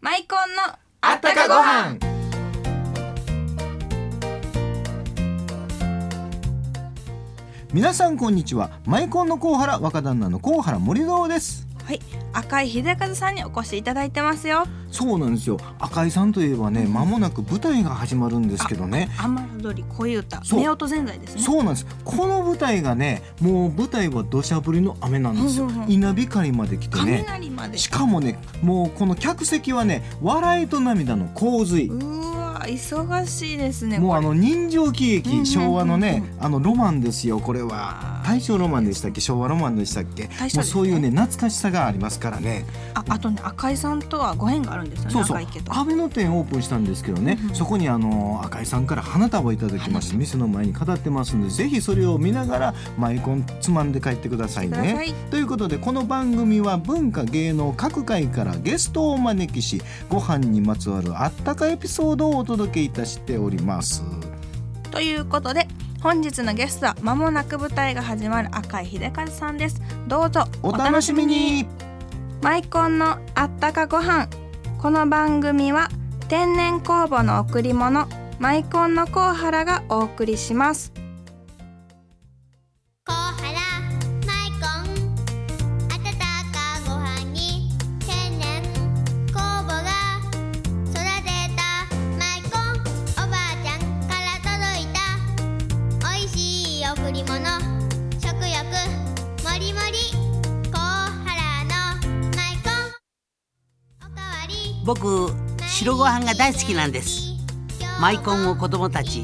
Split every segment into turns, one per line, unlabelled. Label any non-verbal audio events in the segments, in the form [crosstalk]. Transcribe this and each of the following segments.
大根の
あったかご飯
皆さんこんにちはマイコンのコウハラ若旦那のコウハラ森堂です
はい赤井秀和さんにお越しいただいてますよ
そうなんですよ赤井さんといえばね間もなく舞台が始まるんですけどね
雨宿り恋歌
そう
夫婦ぜんざいですね
そうなんですこの舞台がねもう舞台は土砂降りの雨なんですよ
うんうんうん
稲光まで来てね
雷まで
しかもねもうこの客席はね笑いと涙の洪水
うーわ忙しいですね
もうあ
こ
の人情
うんうん
喜
うん
劇昭和のねあのロマンですよこれは
あー
大正ロマンでしたっけ昭和ロマンでしたっけ
大正ですね
もうそういうね懐かしさがありますからね
れああとね赤井さんとはご縁があるんですよね
そうそう
赤井家と
阿部の店オープンしたんですけどね、
うんうん
そこにあの赤井さんから花束をいただきまして店の前に飾ってますのでぜひそれを見ながらマイコンつまんで帰ってください
くだ
ね
さい。
ということでこの番組は文化芸能各界からゲストをお招きしご飯にまつわるあったかエピソードをお届けいたしております。
ということで本日のゲストは間もなく舞台が始まる赤井秀和さんですどうぞ
お楽しみに
マイコンのあったかご飯この番組は天然酵母の贈り物マイコンのコウハラがお送りします
コウハラマイコン温かご飯に天然酵母が育てたマイコンおばあちゃんから届いたおいしい贈り物食欲もりもりコウハラのマイコンおかわり
僕白ご飯が大好きなんですマイコンを子供たち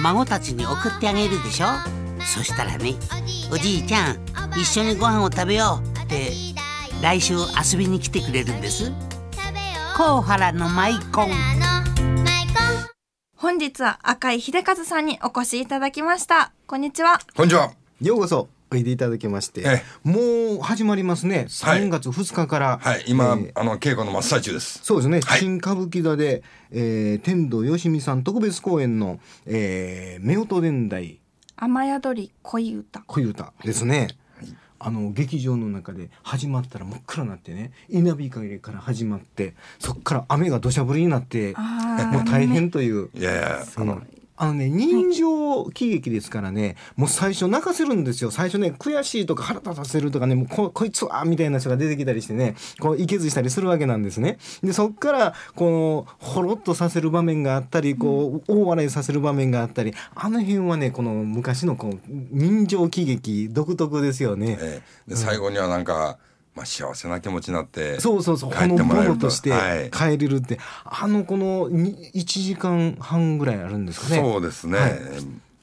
孫たちに送ってあげるでしょそしたらねおじいちゃん一緒にご飯を食べようって来週遊びに来てくれるんです
食べよう
甲原のマイコン
コウハラのマイコン
本日は赤井秀和さんにお越しいただきましたこんにちは
こんにちは。
ようこそおいでいただきまして、
え
もう始まりますね
はい
3月2日から、
はい、今、
えー
あの稽古の真っ最中です。
そうですね、
はい
新歌舞伎座で、えー天童よしみさん特別公演の「えー、夫婦伝来
雨宿り恋歌
恋歌」ですね、あの劇場の中で始まったら真っ暗になってね稲光から始まってそっから雨が土砂降りになって
あー
もう大変という。
いやいや、あの、
あのね人情喜劇ですからね、もう最初泣かせるんですよ最初ね悔しいとか腹立たせるとかねもうここいつはみたいな人が出てきたりしてねこういけずしたりするわけなんですねでそっからこのほろっとさせる場面があったりこう、大笑いさせる場面があったりあの辺はねこの昔のこう人情喜劇独特ですよね、
えーで、最後にはなんか、まあ、幸せな気持ちになって。
そうそうそう
帰
ほ
っ
の
ても
ぼ
らえる
のとして
はい。
帰れるって、あのこのに1時間半ぐらいあるんですかね
そうですね。
はい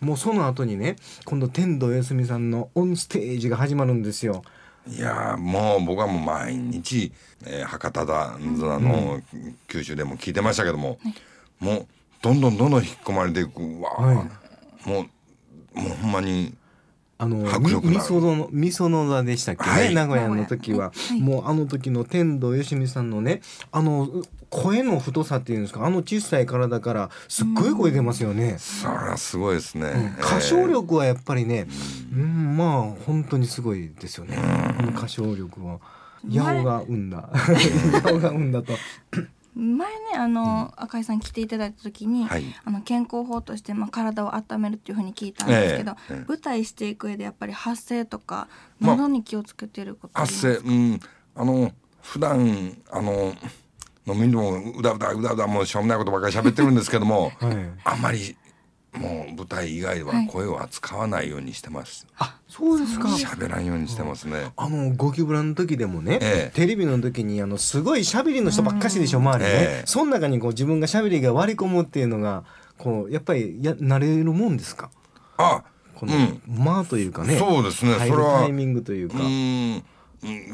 もうその後にね今度天童よしみさんのオンステージが始まるんですよ
いやーもう僕はもう毎日、えー博多だあの、九州でも聞いてましたけども、もうどんどんどんどん引っ込まれていくうわー、
は
もうもうほんまに
あの
迫力のあ
み
る
みそのみその座でしたっけね、
はい
名古屋の時は、もうあの時の天童よしみさんのねあの声の太さっていうんですかあの小さい体からすっごい声出ますよね、
そりゃすごいですね、えー
歌唱力はやっぱりね、うん、まあ本当にすごいですよね、この歌唱力は。
前
八尾が生ん [laughs] だ八尾が生んだと
前ねあの、赤井さん来ていただいた時に、
はい
あの健康法として、まあ、体を温めるっていうふうに聞いたんですけど、
ええええ
舞台していく上でやっぱり発声とか
まあ
喉に気をつけてることあります
汗うんあの普段あの飲みにもうだうだうだうだもうしょうもないことばっかり喋ってるんですけども、
[laughs] はい
あまりもう舞台以外
は
はい声を扱わないようにしてます
あそうですか
喋らんようにしてますね
あのゴキブラの時でもね、
ええ
テレビの時にあのすごいしゃべりの人ばっかしでしょ周りね、
ええ
その中にこう自分がしゃべりが割り込むっていうのがこうやっぱりや慣れるもんですか
あ
この
うん
間というかね、
そうですね
入る
それは
タイミングという
う
か、
んうん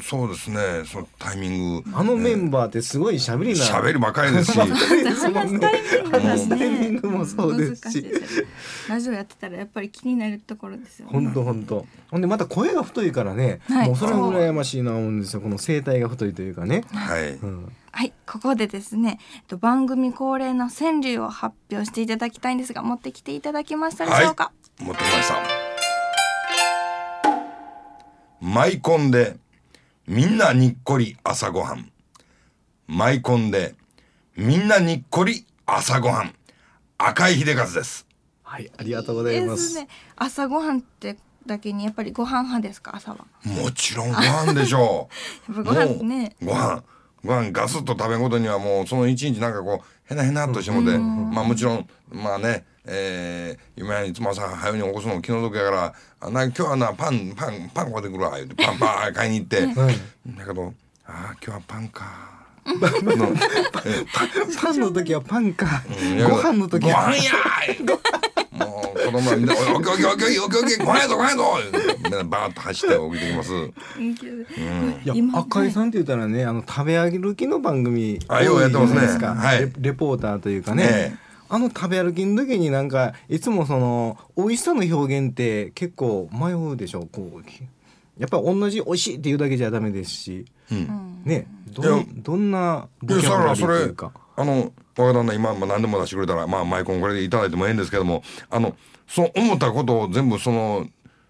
そうですねそのタイミング
あのメンバーってすごいしゃべりな
喋るばかり
[laughs]
ですし
話すタイミングだし
話すタイミン
ね
グもそうですし
難いですよねラジオやってたらやっぱり気になるところですよね
本当本当。ほんでまた声が太いからね、
はい
もうそれは羨ましいな思うんですよ。この声帯が太いというかね。
はい
うん、
はいここでですねえっと番組恒例の川柳を発表していただきたいんですが持ってきていただけましたでしょうか、
持ってきました舞コンでみんなにっこり朝ごはん舞コンでみんなにっこり朝ごはん赤井秀和です
はい、ありがとうございま
です
す。
ね。朝ごはんってだけにやっぱりご飯派ですか朝は。
もちろんご飯でしょ
やっ
う
ぱご飯ね。
もうご飯ご飯ガスッと食べごとにはもうその一日なんかこうへなへなっとしてもて、まあもちろんまあねえー、夢はいつも朝早うに起こすの気の毒やからあ「なんか今日はなパンパンパン買うてくるわ」言うてパンパン買いに行って
はい
だけど「ああ今日はパンか」
パンの時はパンか
うん、
ご飯の時
ご
は
飯やーいもう子供はみんな「おいおきおきおきおきおきおきご飯やぞご飯やぞ」みんなバーッと走って送ってきます。
いや
今
赤井さんって言ったらねあの食べ歩きの番組
あ
多いじ
ようや
ゃ
ってますね
ないですか、
はい
レレポーターというかね、
ええ
あの食べ歩きの時になんかいつもその美味しさの表現って結構迷うでしょこうやっぱり同じ美味しいっていうだけじゃダメですし、ねど
いや
んどんなボ
いや
キャブ
だか
ラ
ら
リー
そ
とい
れ
うか
あの若旦那今も何でも出してくれたらまあマイコンこれでいただいてもええんですけどもあのそう思ったことを全部その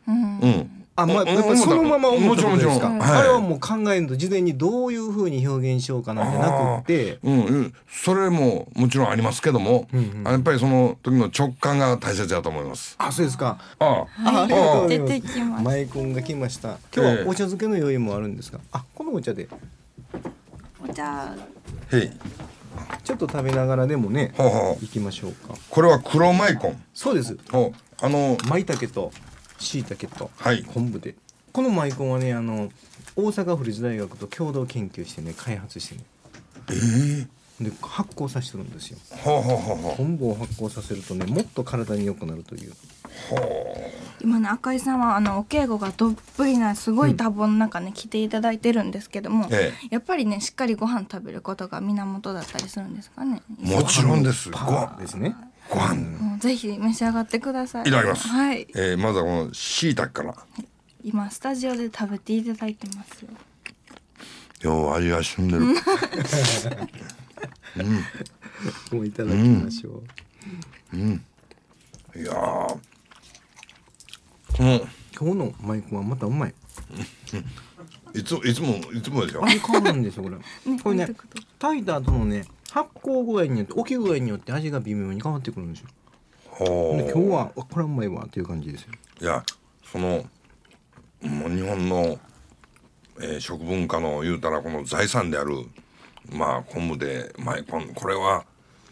うん、
あまあ、
うん
やっぱりそのまま思
も
っ
ち
た
ろ
こと
んも
で
ちろ
す
ん
か、
はい
あれはもう考えんと事前にどういうふうに表現しようかなんじゃなくって
あーうんうんそれももちろんありますけども、あやっぱりその時の直感が大切だと思います
あそうですか
ああ
あありがとうございます
出てきます
マイコンが来ました。今日はお茶漬けの用意もあるんですか。あ、このお茶で
お茶
へい
ちょっと食べながらでもね、
ほうほう
行きましょうか。
これは黒マイコン
そうです。
ほうあの
舞茸と椎茸と
はい
昆布で。このマイコンはね、あの大阪府立大学と共同研究してね、開発してね。で発酵させてるんですよ。
ほうほうほうほ
昆布を発酵させるとね、もっと体に良くなるという。
今ね赤井さんはあのお稽古がどっぷりなすごい多忙の中ね、来ていただいてるんですけども、
え
やっぱりねしっかりご飯食べることが源だったりするんですかね。
うもちろんですご
パワーですね。
ご飯
もうぜひ召し上がってください。
いただきます
はい。
えー、まずはこの椎茸から
今スタジオで食べていただいてますよ。
よう味が染んでる
もういただきましょう。
いやーこの
今日のマイコンはまたうまい。
いついつもいつもですよ。
味変わるんですよ
[laughs]
これ、これね
どういうこと
炊いた後のね発酵具合によって置き具合によって味が微妙に変わってくるんですよ
ほ
で
う
今日はあこれはうまいわっていう感じ
[laughs]
ですよ
いやそのもう日本の、えー食文化の言うたらこの財産であるまあ昆布でまあこんこれは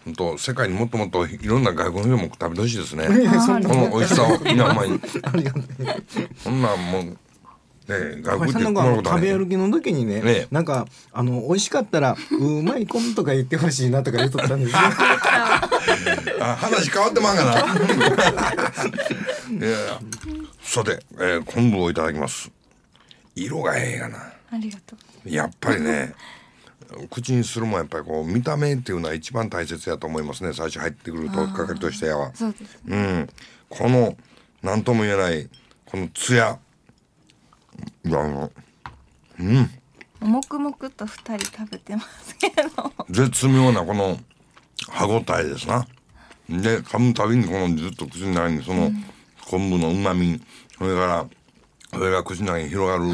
本当世界にもっともっといろんな外国の人も食べてほしいですね。
そん
この美味しさを皆前に
ありがとう
そんなんもうね外
これさ
国で
んなんかあ
こ
の
んなことは
食
ね
べ歩きの時にね、
ええ
なんかあの美味しかったら「うまいこん」とか言ってほしいなとか言っとったん
[laughs]
ですよ
あ話変わってまんがな。いやいやさて、えー昆布をいただきます。色がええがな。
ありがとう。
やっぱりね口にするもんやっぱりこう見た目っていうのは一番大切やと思いますね最初入ってくるとかかりとしては
そうですね。
うんこの何とも言えないこのツヤいやあの
黙々と二人食べてますけど。
絶妙なこの歯ごたえですなで噛むたびにこのずっと口の中にその昆布のうまみそれからそれが口の中に広がる、
も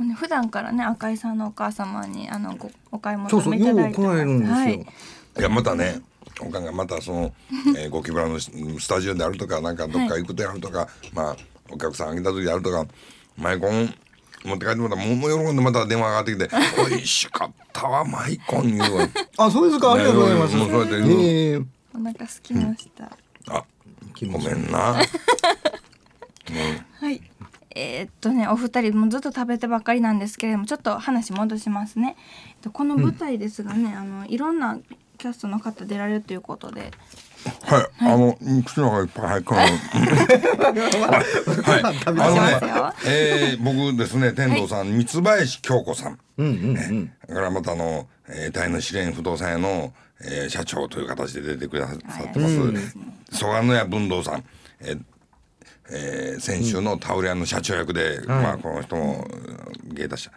うね普段からね赤井さんのお母様にあのごお買い
そ
求
うそう
めい
よ
た
う
だいて
来られるんですよ、
はい、
いやまたねおかんがまたその、えーゴキブラのススタジオであるとかなんかどっか行くとやるとか、まあお客さんあげた時であるとかマイコン持って帰ってもらったらもう喜んでまた電話がかかってきて「美味しかったわマイコン」言うわ
あそうですかありがとうございます
ねもうそうやって言う
ええ
お腹すきました。
あごめんな
はい。えーっとねお二人もずっと食べてばっかりなんですけれどもちょっと話戻しますね。えっとこの舞台ですがね、あのいろんなキャストの方出られるということで、
はい、あの口の中いっぱい入ってくるはい、はい、あ
ますよ
のね、えー、僕ですね天童さん、三林京子さん
うんうんうん
だからまたあの、えー、大の試練不動産屋の、えー社長という形で出てくださってます、蘇我野屋文道さん、えーえー先週のタオル屋の社長役で、まあ、この人もうん芸達者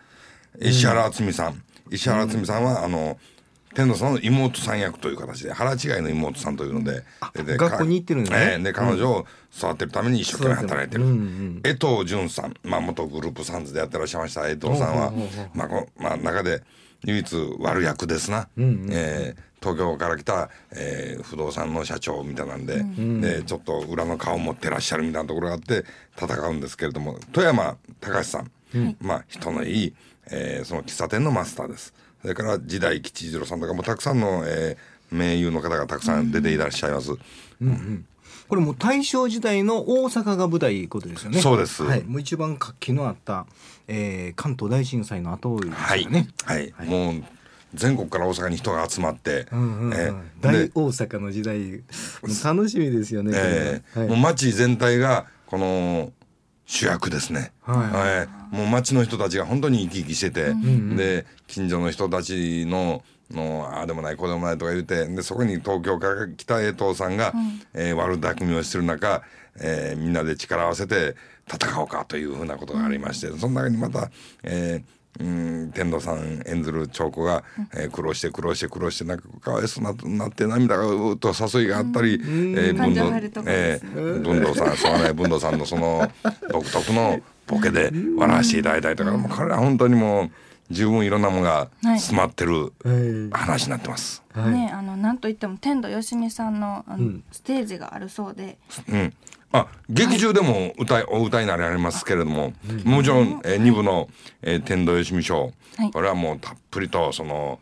石原敦美さん、石原敦美さんはあの天童さんの妹さん役という形で腹違いの妹さんというので出て
学校に行ってるんですね
ええで彼女を育てるために一生懸命働いてる、江藤淳さん、まあ、元グループサンズでやってらっしゃいました江藤さんは、まあこまあ、中で唯一悪役ですな、
んうんうん
えー東京から来た、えー不動産の社長みたいなんで,、でちょっと裏の顔を持ってらっしゃるみたいなところがあって戦うんですけれども富山隆さん、まあ人のいい、えーその喫茶店のマスターですそれから時代吉次郎さんとかもたくさんの、えー名優の方がたくさん出ていらっしゃいます。
これもう大正時代の大阪が舞台いうことですよね。
そうです
はい、もう一番活気のあった、えー、関東大震災の後ですよね。
はい、はい、もう全国から大阪に人が集まって、
うんうんうん
えー
大
で
大阪の時代もう楽しみですよね。これ
えー
はい
もう町全体がこの主役ですね、
はい
えーもう町の人たちが本当に生き生きしてて、で近所の人たちののああでもないこうでもないとか言ってでそこに東京から来た江藤さんが、えー悪巧みをしてる中、えーみんなで力を合わせて戦おうかというふうなことがありまして、その中にまた、えーうん天童さん演ずる長子が、えー苦労して苦労して苦労してなんかかわいそうななって涙がうーっと誘いがあったり、えー
感情
どんどん
入るとこですね
えー文藤さん、そうね、文藤さんの
[laughs]
その独特のボケで笑わせていただいたりとか、もうこれは本当にもう十分いろんなものが詰まってる
は
話になってます。
いはい
ねあのなんといっても天童よしみさんのあの、ステージがあるそうで
うん。あ、劇中でも歌い、お歌いになられますけれども、もちろん、えー、2部の、えー天童よしみ賞、
はい
これはもうたっぷりとその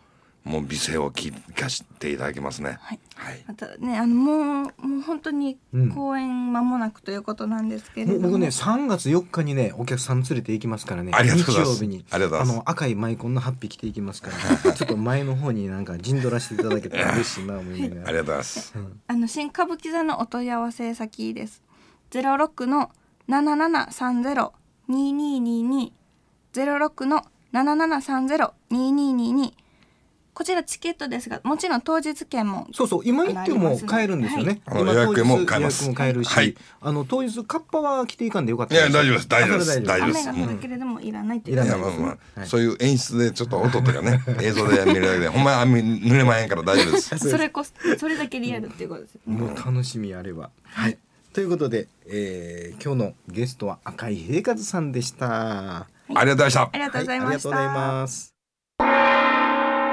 もう美声を聞かせていただきますね。
はい
はい。
またねあのもうもう本当に
うん
公演間もなくということなんですけれど
もう
も、
僕ね3月4日にねお客さん連れて行きますからね
ありがとうございます
日曜日に
ありがとうございます
の赤いマイコンのハッピー着ていきますから、
[laughs]
ちょっと前の方になんか陣取らせていただけたら嬉しいな思いながら
ありがとうございます。
あの新歌舞伎座のお問い合わせ先です。ゼロ六の七七三ゼロ二二二二ゼロ六の七七三ゼロ二二二二こちらチケットですが、もちろん当日券も
そうそう今行っても買えるんですよね、
は
今
いあの予約も買えます
予約も買えるし、
はい
あの当日カッパは着ていかんでよかった
いや大丈夫です大丈夫です
あそれ
大丈夫
雨
です
が降るけれどもいらないという
いら
い
な
や
い
まあまあ、
はい
そういう演出でちょっと音とかね映像で見れるだけでほんまに雨濡れまへんから大丈
[laughs]
夫です。
それこそそれだけリアルっていうことですよね。
もう楽しみあれば。はい。ということで、えー、今日のゲストは赤井平和さんでした。
ありがとうございました
あ。りがとうござい
は
ま
ありが
し
と
た。
うございます。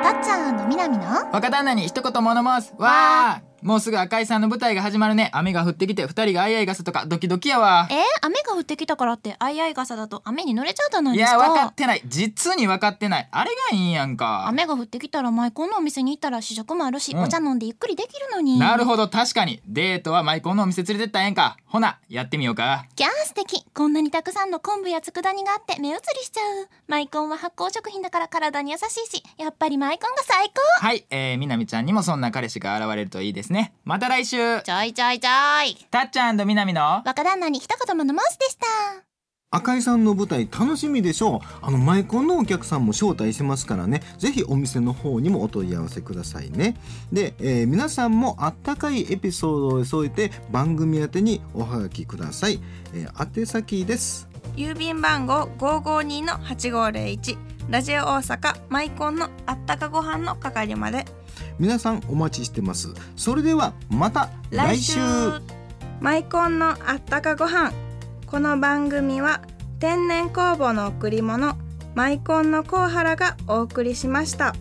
たっちゃんみなみの
若旦那に一言物申すわあもうすぐ赤井さんの舞台が始まるね雨が降ってきて二人があいあい傘とかドキドキやわ
えー雨が降ってきたからってあいあい傘だと雨に濡れちゃうじゃない
い
ですか
や分かってない実に分かってないあれがいいんやんか
雨が降ってきたらマイコンのお店に行ったら試食もあるし、
うん
お茶飲んでゆっくりできるのに
なるほど確かにデートはマイコンのお店連れてったらええんかほなやってみようか
キャー素敵こんなにたくさんの昆布や佃煮があって目移りしちゃうマイコンは発酵食品だから体に優しいしやっぱりマイコンが最高
はいえー、みなみちゃんにもそんな彼氏が現れるといいですねまた来週
ちょいちょいちょい
たっちゃんとみなみの
若旦那に一言もの申すでした
赤井さんの舞台楽しみでしょう。あのマイコンのお客さんも招待してますからね。ぜひお店の方にもお問い合わせくださいね。で、えー皆さんもあったかいエピソードを添えて番組宛てにおはがきください。えー宛先です。
郵便番号五五二の八五零一ラジオ大阪マイコンのあったかご飯の係まで。
皆さんお待ちしてます。それではまた
来週マイコンのあったかご飯この番組は天然酵母の贈り物マイコンのコウハラがお送りしました。